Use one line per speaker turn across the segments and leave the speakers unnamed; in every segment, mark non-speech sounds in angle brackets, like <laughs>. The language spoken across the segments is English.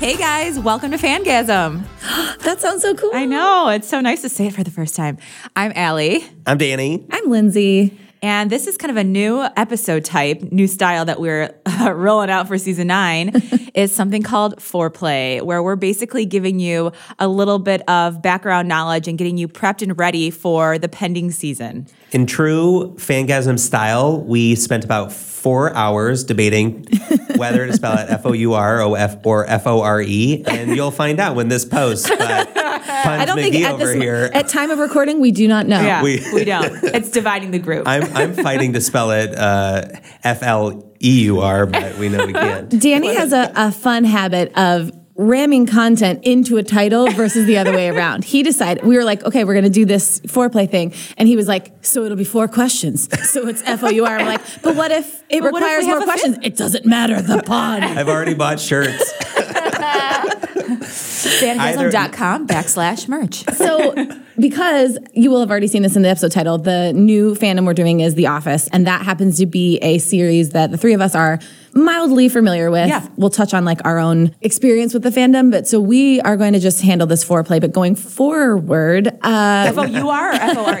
Hey guys, welcome to Fangasm.
That sounds so cool.
I know, it's so nice to say it for the first time. I'm Allie,
I'm Danny.
I'm Lindsay.
and this is kind of a new episode type, new style that we're <laughs> uh, rolling out for season <laughs> nine. is something called foreplay, where we're basically giving you a little bit of background knowledge and getting you prepped and ready for the pending season.
In true Fangasm style, we spent about four hours <laughs> debating whether to spell it F O U R O F or F O R E, and you'll find out when this posts. <laughs> But Puns
I don't
McGee
think at
over
this
here.
at time of recording we do not know.
Yeah, we,
We-
don't. It's dividing the <laughs> group.
I'm I'm fighting to spell it uh, F L E U R, but we know we can't.
Danny has a, a fun habit of ramming content into a title versus the
<laughs>
other way around. He decided we were like, okay, we're gonna do this foreplay thing, and he was like, so it'll be four questions. So it's F O U R. I'm like, but what if it
But what if
requires
we have
more
a fifth?
questions? It doesn't matter. The pun.
I've already bought shirts.
Fangasm.com backslash merch.
<laughs> So, because you will have already seen this in the episode title, the new fandom we're doing is The Office, and that happens to be a series that the three of us are mildly familiar with.
Yeah.
We'll touch on like our own experience with the fandom, but so we are going to just handle this foreplay. But going forward, uh,
F O U R or F O R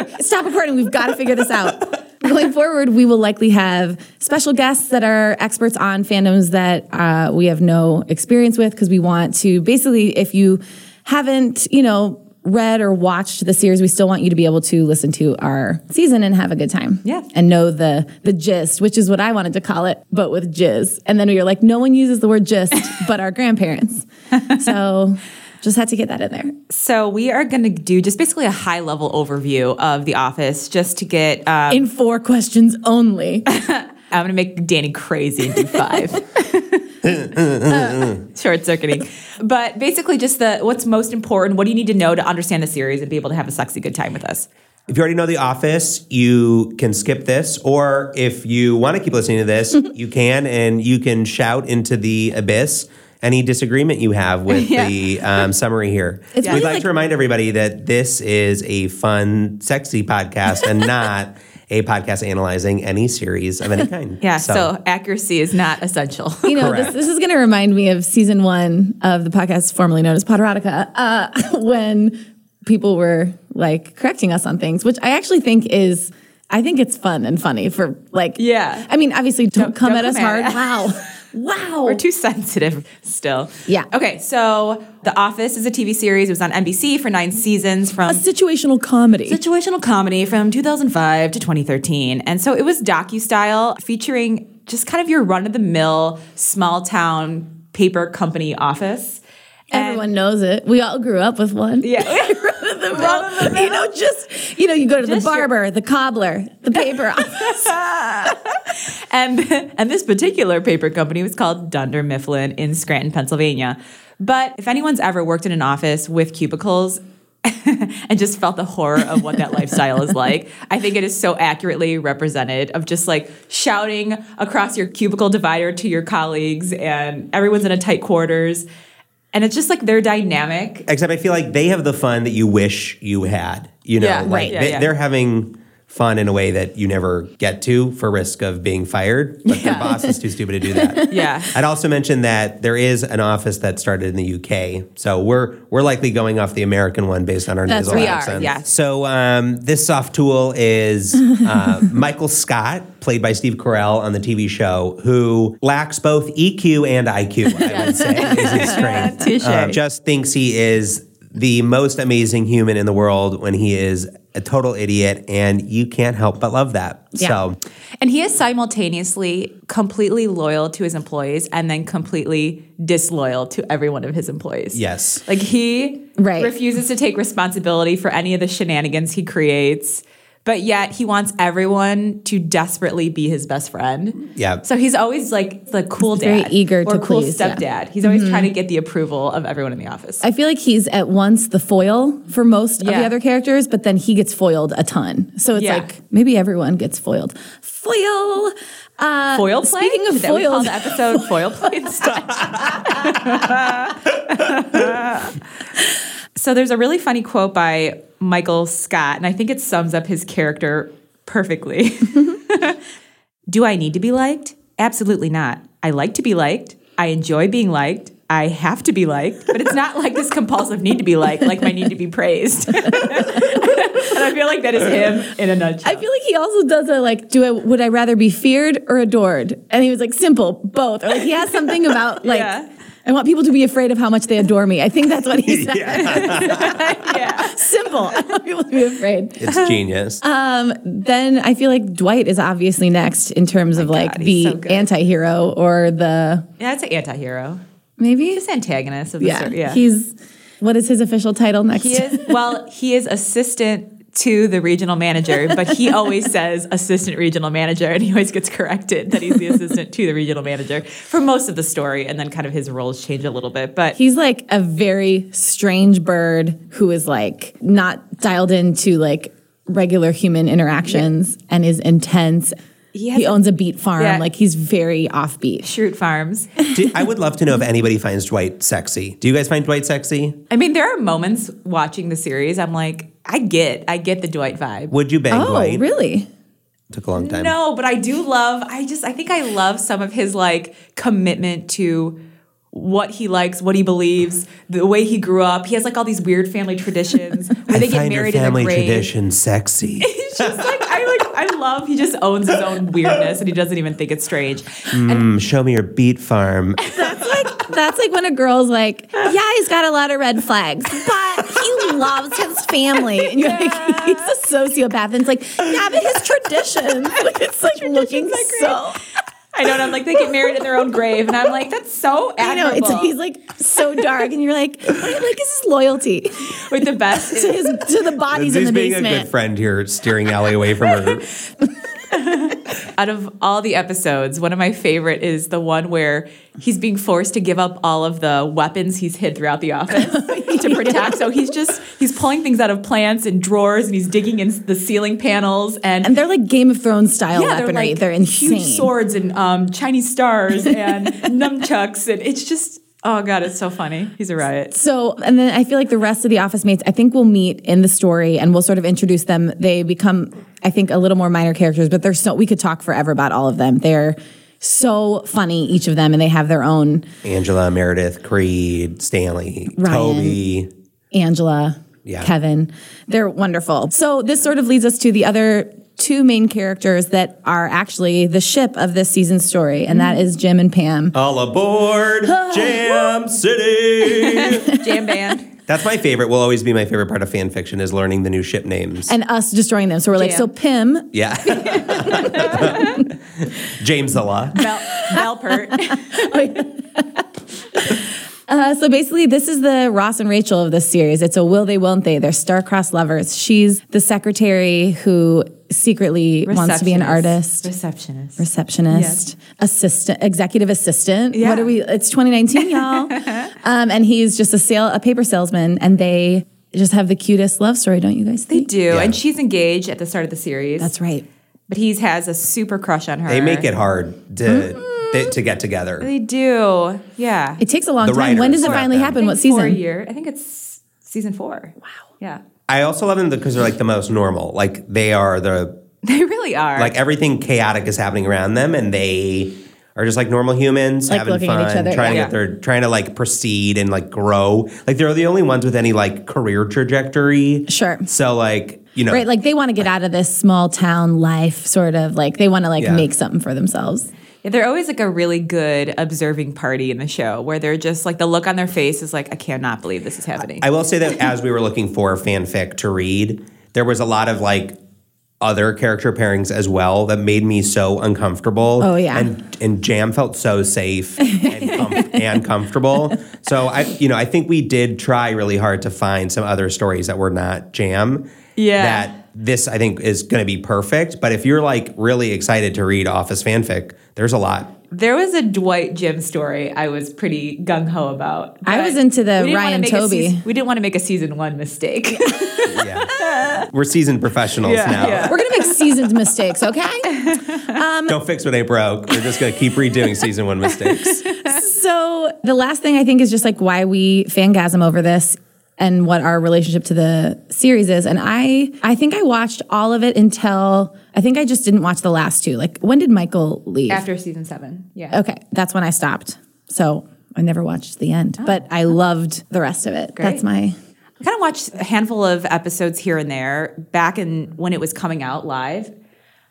<laughs> okay, stop recording. We've got to figure this out. Going forward, we will likely have special guests that are experts on fandoms that uh, we have no experience with because we want to basically, if you haven't, you know, read or watched the series, we still want you to be able to listen to our season and have a good time.
Yeah.
And know the the gist, which is what I wanted to call it, but with jizz. And then we were like, no one uses the word gist but our grandparents. So just had to get that in there.
So we are going to do just basically a high level overview of The Office, just to get. Uh,
In four questions only.
I'm going to make Danny crazy and
<laughs>
do five. <laughs> Short circuiting, but basically just the what's most important. What do you need to know to understand the series and be able to have a sexy good time with us?
If you already know The Office, you can skip this, or if you want to keep listening to this, you can, and you can shout into the abyss any disagreement you have with
Yeah.
the um, summary here.
It's
We'd
really
like
like-
to remind everybody that this is a fun, sexy podcast and not a podcast analyzing any series of any kind.
Yeah. So, accuracy is not essential. <laughs>
You know, this,
Correct.
this is going to remind me of season one of the podcast formerly known as Podrotica, uh, <laughs> when people were like correcting us on things, which I actually think is, I think it's fun and funny for like,
Yeah.
I mean, obviously, don't, come
don't
at us
come at <laughs>
hard. wow, wow.
We're too sensitive still.
Yeah.
Okay. So The Office is a TV series. It was on NBC for nine seasons from
a situational comedy.
situational comedy from 2005 to 2013. And so it was docu-style featuring just kind of your run-of-the-mill small town paper company office. And-
Everyone knows it. We all grew up with one.
yeah.
Well, <laughs> you know, just you know, you go to the
Just your-
barber, the cobbler, the
<laughs>
paper office.
and <laughs> and this particular paper company was called Dunder Mifflin in Scranton, Pennsylvania. But if anyone's ever worked in an office with cubicles <laughs> and just felt the horror of what that lifestyle is like, I think it is so accurately represented of just like shouting across your cubicle divider to your colleagues and everyone's in a tight quarters. And it's just like their dynamic
except I feel like they have the fun that you wish you had. You know,
Yeah,
like
right. Yeah,
they,
yeah.
they're having fun in a way that you never get to for risk of being fired. But their
Yeah.
boss is too stupid to
<laughs>
do that.
Yeah.
I'd also mention that there is an office that started in the UK, so we're we're likely going off the American one based on our
That's-
nasal
we are,
accents.
yeah.
So um, this soft tool
<laughs>
is uh, Michael Scott, played by Steve Carell on the TV show, who lacks both EQ and IQ. I would say
<laughs>
is his strength. Uh,
Touche.
just thinks he is the most amazing human in the world when he is a total idiot, and you can't help but love that.
Yeah.
So
And he is simultaneously completely loyal to his employees and then completely disloyal to every one of his employees.
Yes.
Like he
Right.
refuses to take responsibility for any of the shenanigans he creates. but yet he wants everyone to desperately be his best friend.
Yeah.
So he's always like the cool
very
dad,
eager
or
to
cool
please, yeah. Mm-hmm.
stepdad. He's always trying to get the approval of everyone in the office.
I feel like he's at once the foil for most of
Yeah.
the other characters, but then he gets foiled a ton. So it's
Yeah.
like maybe everyone gets foiled. Foil. Uh,
foil play.
Speaking of
Is that what we call
foiled,
the episode foil play <laughs> instead. so there's a really funny quote by Michael Scott, and I think it sums up his character perfectly. <laughs> Do I need to be liked? Absolutely not. I like to be liked. I enjoy being liked. I have to be liked, but it's not like this compulsive need to be liked, like my need to be praised. <laughs> and I feel like that is him in a nutshell.
I feel like he also does a like, do I would I rather be feared or adored? And he was like, simple, both. Or like he has something <laughs> about like
Yeah.
I want people to be afraid of how much they adore me. I think that's what <laughs> he said.
yeah.
Simple. I want people to be afraid. <laughs>
It's genius.
Then I feel like Dwight is obviously next in terms of like
God,
the
he's so good.
anti-hero or the
Yeah, it's an anti-hero.
maybe
He's antagonist of the
yeah,
story. Yeah.
He's what is his official title next?
he is well, he is assistant to the regional manager, but he always says assistant regional manager and he always gets corrected that he's the assistant to the regional manager for most of the story and then kind of his roles change a little bit. But
He's like a very strange bird who is like not dialed into like regular human interactions and is intense.
He
He,
has a-
owns a beet farm.
Yeah.
Like he's very offbeat.
Shroot Farms.
Do- I would love to know if anybody finds Dwight sexy. Do you guys find Dwight sexy?
I mean, there are moments watching the series I'm like, I get, I get the Dwight vibe.
Would you bang
Oh,
Dwight?
really?
Took a long time.
No, but I do love. I just I think I love some of his like commitment to what he likes, what he believes, the way he grew up. He has like all these weird family
<laughs>
traditions where
I
they get
find
married
your family
in the grave.
<laughs>
tradition sexy.
It's just like I like I love he just owns his own weirdness and he doesn't even think it's strange.
Mm, show me your
<laughs>
beet farm.
That's like when a girl's like, yeah, he's got a lot of red flags, but he loves his family. And you're like, he's a sociopath. And it's like, yeah, but his traditions.
<laughs>
Like, it's like looking so.
I know and I'm like they get married in their own grave and I'm like that's so
I know.
admirable.
It's, he's like so dark. And you're like, what I like is his loyalty.
with the best
to his to the bodies in
Lindsay's
the
being a
basement.
good friend here, steering Allie away
<laughs>
from her.
out of all the episodes, one of my favorite is the one where he's being forced to give up all of the weapons he's hid throughout
<laughs>
the office to protect. So he's just he's pulling things out of plants and drawers, and he's digging in the ceiling panels and.
And they're like Game of Thrones style
yeah, they're
weaponry.
like
They're, insane.
huge swords and um, Chinese stars and
<laughs>
nunchucks, and it's just oh god, it's so funny. He's a
<laughs>
riot.
So, and then I feel like the rest of the office mates, I think we'll meet in the story and we'll sort of introduce them. They become, I think, a little more minor characters, but they're so, we could talk forever about all of them. They're so funny, each of them, and they have their own
Angela, Meredith, Creed, Stanley,
Ryan.
Toby.
Angela,
Yeah.
Kevin. They're wonderful. So this sort of leads us to the other two main characters that are actually the ship of this season's story, and
Mm-hmm.
that is Jim and Pam.
All aboard
Oh,
Jam
<laughs>
City.
Jam band.
That's my favorite. Will always be my favorite part of fan fiction is learning the new ship names.
and us destroying them. So we're like,
Jam.
so Pim, <laughs>
yeah. <laughs> James a lot.
Mel, Melpert.
uh, so basically, this is the Ross and Rachel of this series. It's a will they, won't they? They're star-crossed lovers. She's the secretary who secretly <laughs> wants to be an
Receptionist.
artist,
Receptionist.
receptionist, assistant, executive assistant.
Yeah.
What are we? It's 2019,
<laughs>
y'all. um, and he's just a sale, a paper salesman, and they just have the cutest love story, don't you guys
They
think?
do, and she's engaged at the start of the series.
That's right.
But he has a super crush on her.
They make it hard to
Hmm?
they- to get together.
They do. Yeah.
It takes a long
The
time. When
writers
does it
got
finally
them.
happen? What
Four
season?
year. I think it's season four. Wow. Yeah. <laughs>
I also love them because they're like the most normal. Like they are the
They really are.
like everything chaotic is happening around them and they are just like normal humans
Like
having
looking at
fun
each other,
trying to
yeah.
get their trying to like proceed and like grow like they're the only ones with any like career trajectory
Sure.
so like you know
Right, like they want to get out of this small town life, sort of like they want to like
Yeah.
make something for themselves.
Yeah, they're always like a really good observing party in the show where they're just like the look on their face is like, I cannot believe this is happening.
i will say that as we were looking for fanfic to read there was a lot of like other character pairings as well that made me so uncomfortable.
Oh, yeah.
and and Jam felt so safe and,
<laughs>
com- and comfortable. So I, you know, I think we did try really hard to find some other stories that were not Jam.
Yeah.
that this I think is going to be perfect. But if you're like really excited to read Office fanfic, there's a lot.
There was a Dwight Jim story I was pretty gung ho about.
I
but
was into the
we didn't wanna
Ryan
make a
Tobey.
seas- we didn't want to make a season one
<laughs>
mistake. <laughs>
Yeah. We're seasoned professionals
Yeah,
now.
yeah.
We're gonna make seasoned <laughs> mistakes, okay?
Don't fix what ain't broke. We're just going to keep redoing season one mistakes.
So the last thing I think is just like why we fangasm over this and what our relationship to the series is. And I I think I watched all of it until I think I just didn't watch the last two. Like when did Michael leave?
After season seven. Yeah.
Okay, that's when I stopped. So I never watched the end, but I loved the rest of it. That's
Oh. Great.
my
I kind of watched a handful of episodes here and there back in when it was coming out live.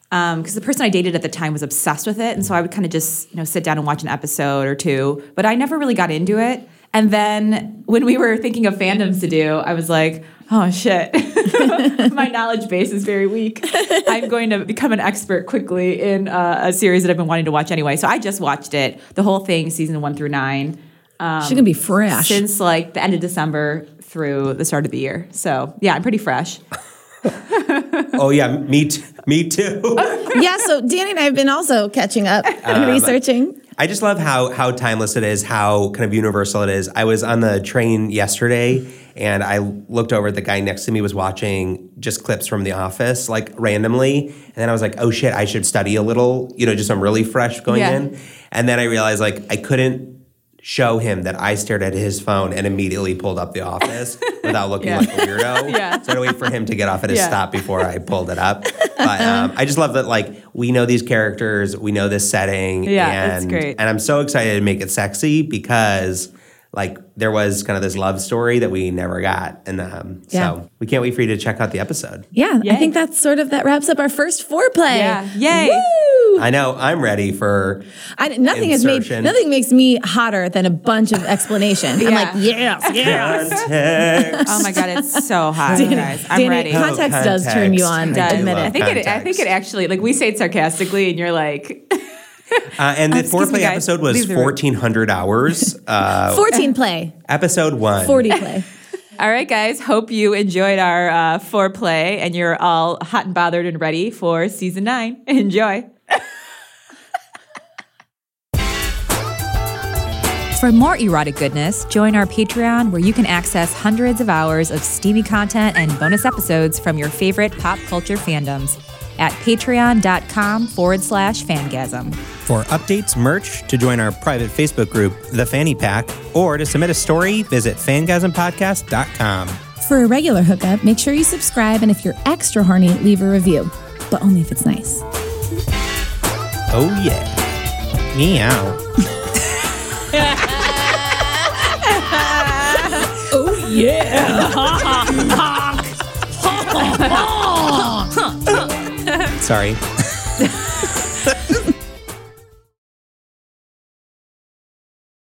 Because the person I dated at the time was obsessed with it, and so I would kind of just you know sit down and watch an episode or two. But I never really got into it. And then when we were thinking of fandoms to do, I was like, "Oh shit, <laughs> my knowledge base is very weak. I'm going to become an expert quickly in uh, a series that I've been wanting to watch anyway." So I just watched it, the whole thing, season one through nine Um,
she's gonna be fresh.
since like the end of December through the start of the year. So yeah, I'm pretty fresh.
Oh, yeah. Me, t- me too.
yeah, so Danny and I have been also catching
Uh,
up and researching.
I just love how how timeless it is, how kind of universal it is. I was on the train yesterday and I looked over the guy next to me was watching just clips from the office like randomly and then I was like, "Oh shit, I should study a little, you know, just I'm really fresh going
Yeah.
in." And then I realized like I couldn't show him that I stared at his phone and immediately pulled up
<laughs>
the office without looking
Yeah.
like a
<laughs>
weirdo.
Yeah.
So I had to wait for him to get off at his
Yeah.
stop before I pulled
<laughs>
it up. But um, I just love that like we know these characters, we know this setting,
Yeah,
and,
it's great.
And I'm so excited to make it sexy because like there was kind of this love story that we never got. And um,
Yeah.
so we can't wait for you to check out the episode.
Yeah, I
Yay.
think that's sort of that wraps up our first foreplay.
Yeah. Yay.
Woo!
I know I'm ready for
I, nothing has made
Insertion.
nothing makes me hotter than a bunch of explanation. I'm like, yes, yes.
<laughs> context.
Oh my god,
<laughs>
it's so hot, you guys. I'm
Danny,
ready.
context, does
Context.
turn you on.
It
does.
Admit
I
it.
love
think it. I think
context.
it actually like we say it sarcastically, and you're like,
Uh, and the
excuse me,
foreplay
guys.
episode was
Leave the room.
1,400 hours. Uh,
Fourteen play,
episode one.
forty play.
"All right, guys, hope you enjoyed our uh, foreplay, and you're all hot and bothered and ready for season nine. <laughs> Enjoy." For more erotic goodness, join our Patreon where you can access hundreds of hours of steamy content and bonus episodes from your favorite pop culture fandoms at patreon.com forward slash fangasm.
For updates, merch, to join our private Facebook group, The Fanny Pack, or to submit a story, visit fangasmpodcast.com.
For a regular hookup, make sure you subscribe, and if you're extra horny, leave a review, but only if it's nice.
Oh, yeah. Meow. oh, yeah. Sorry.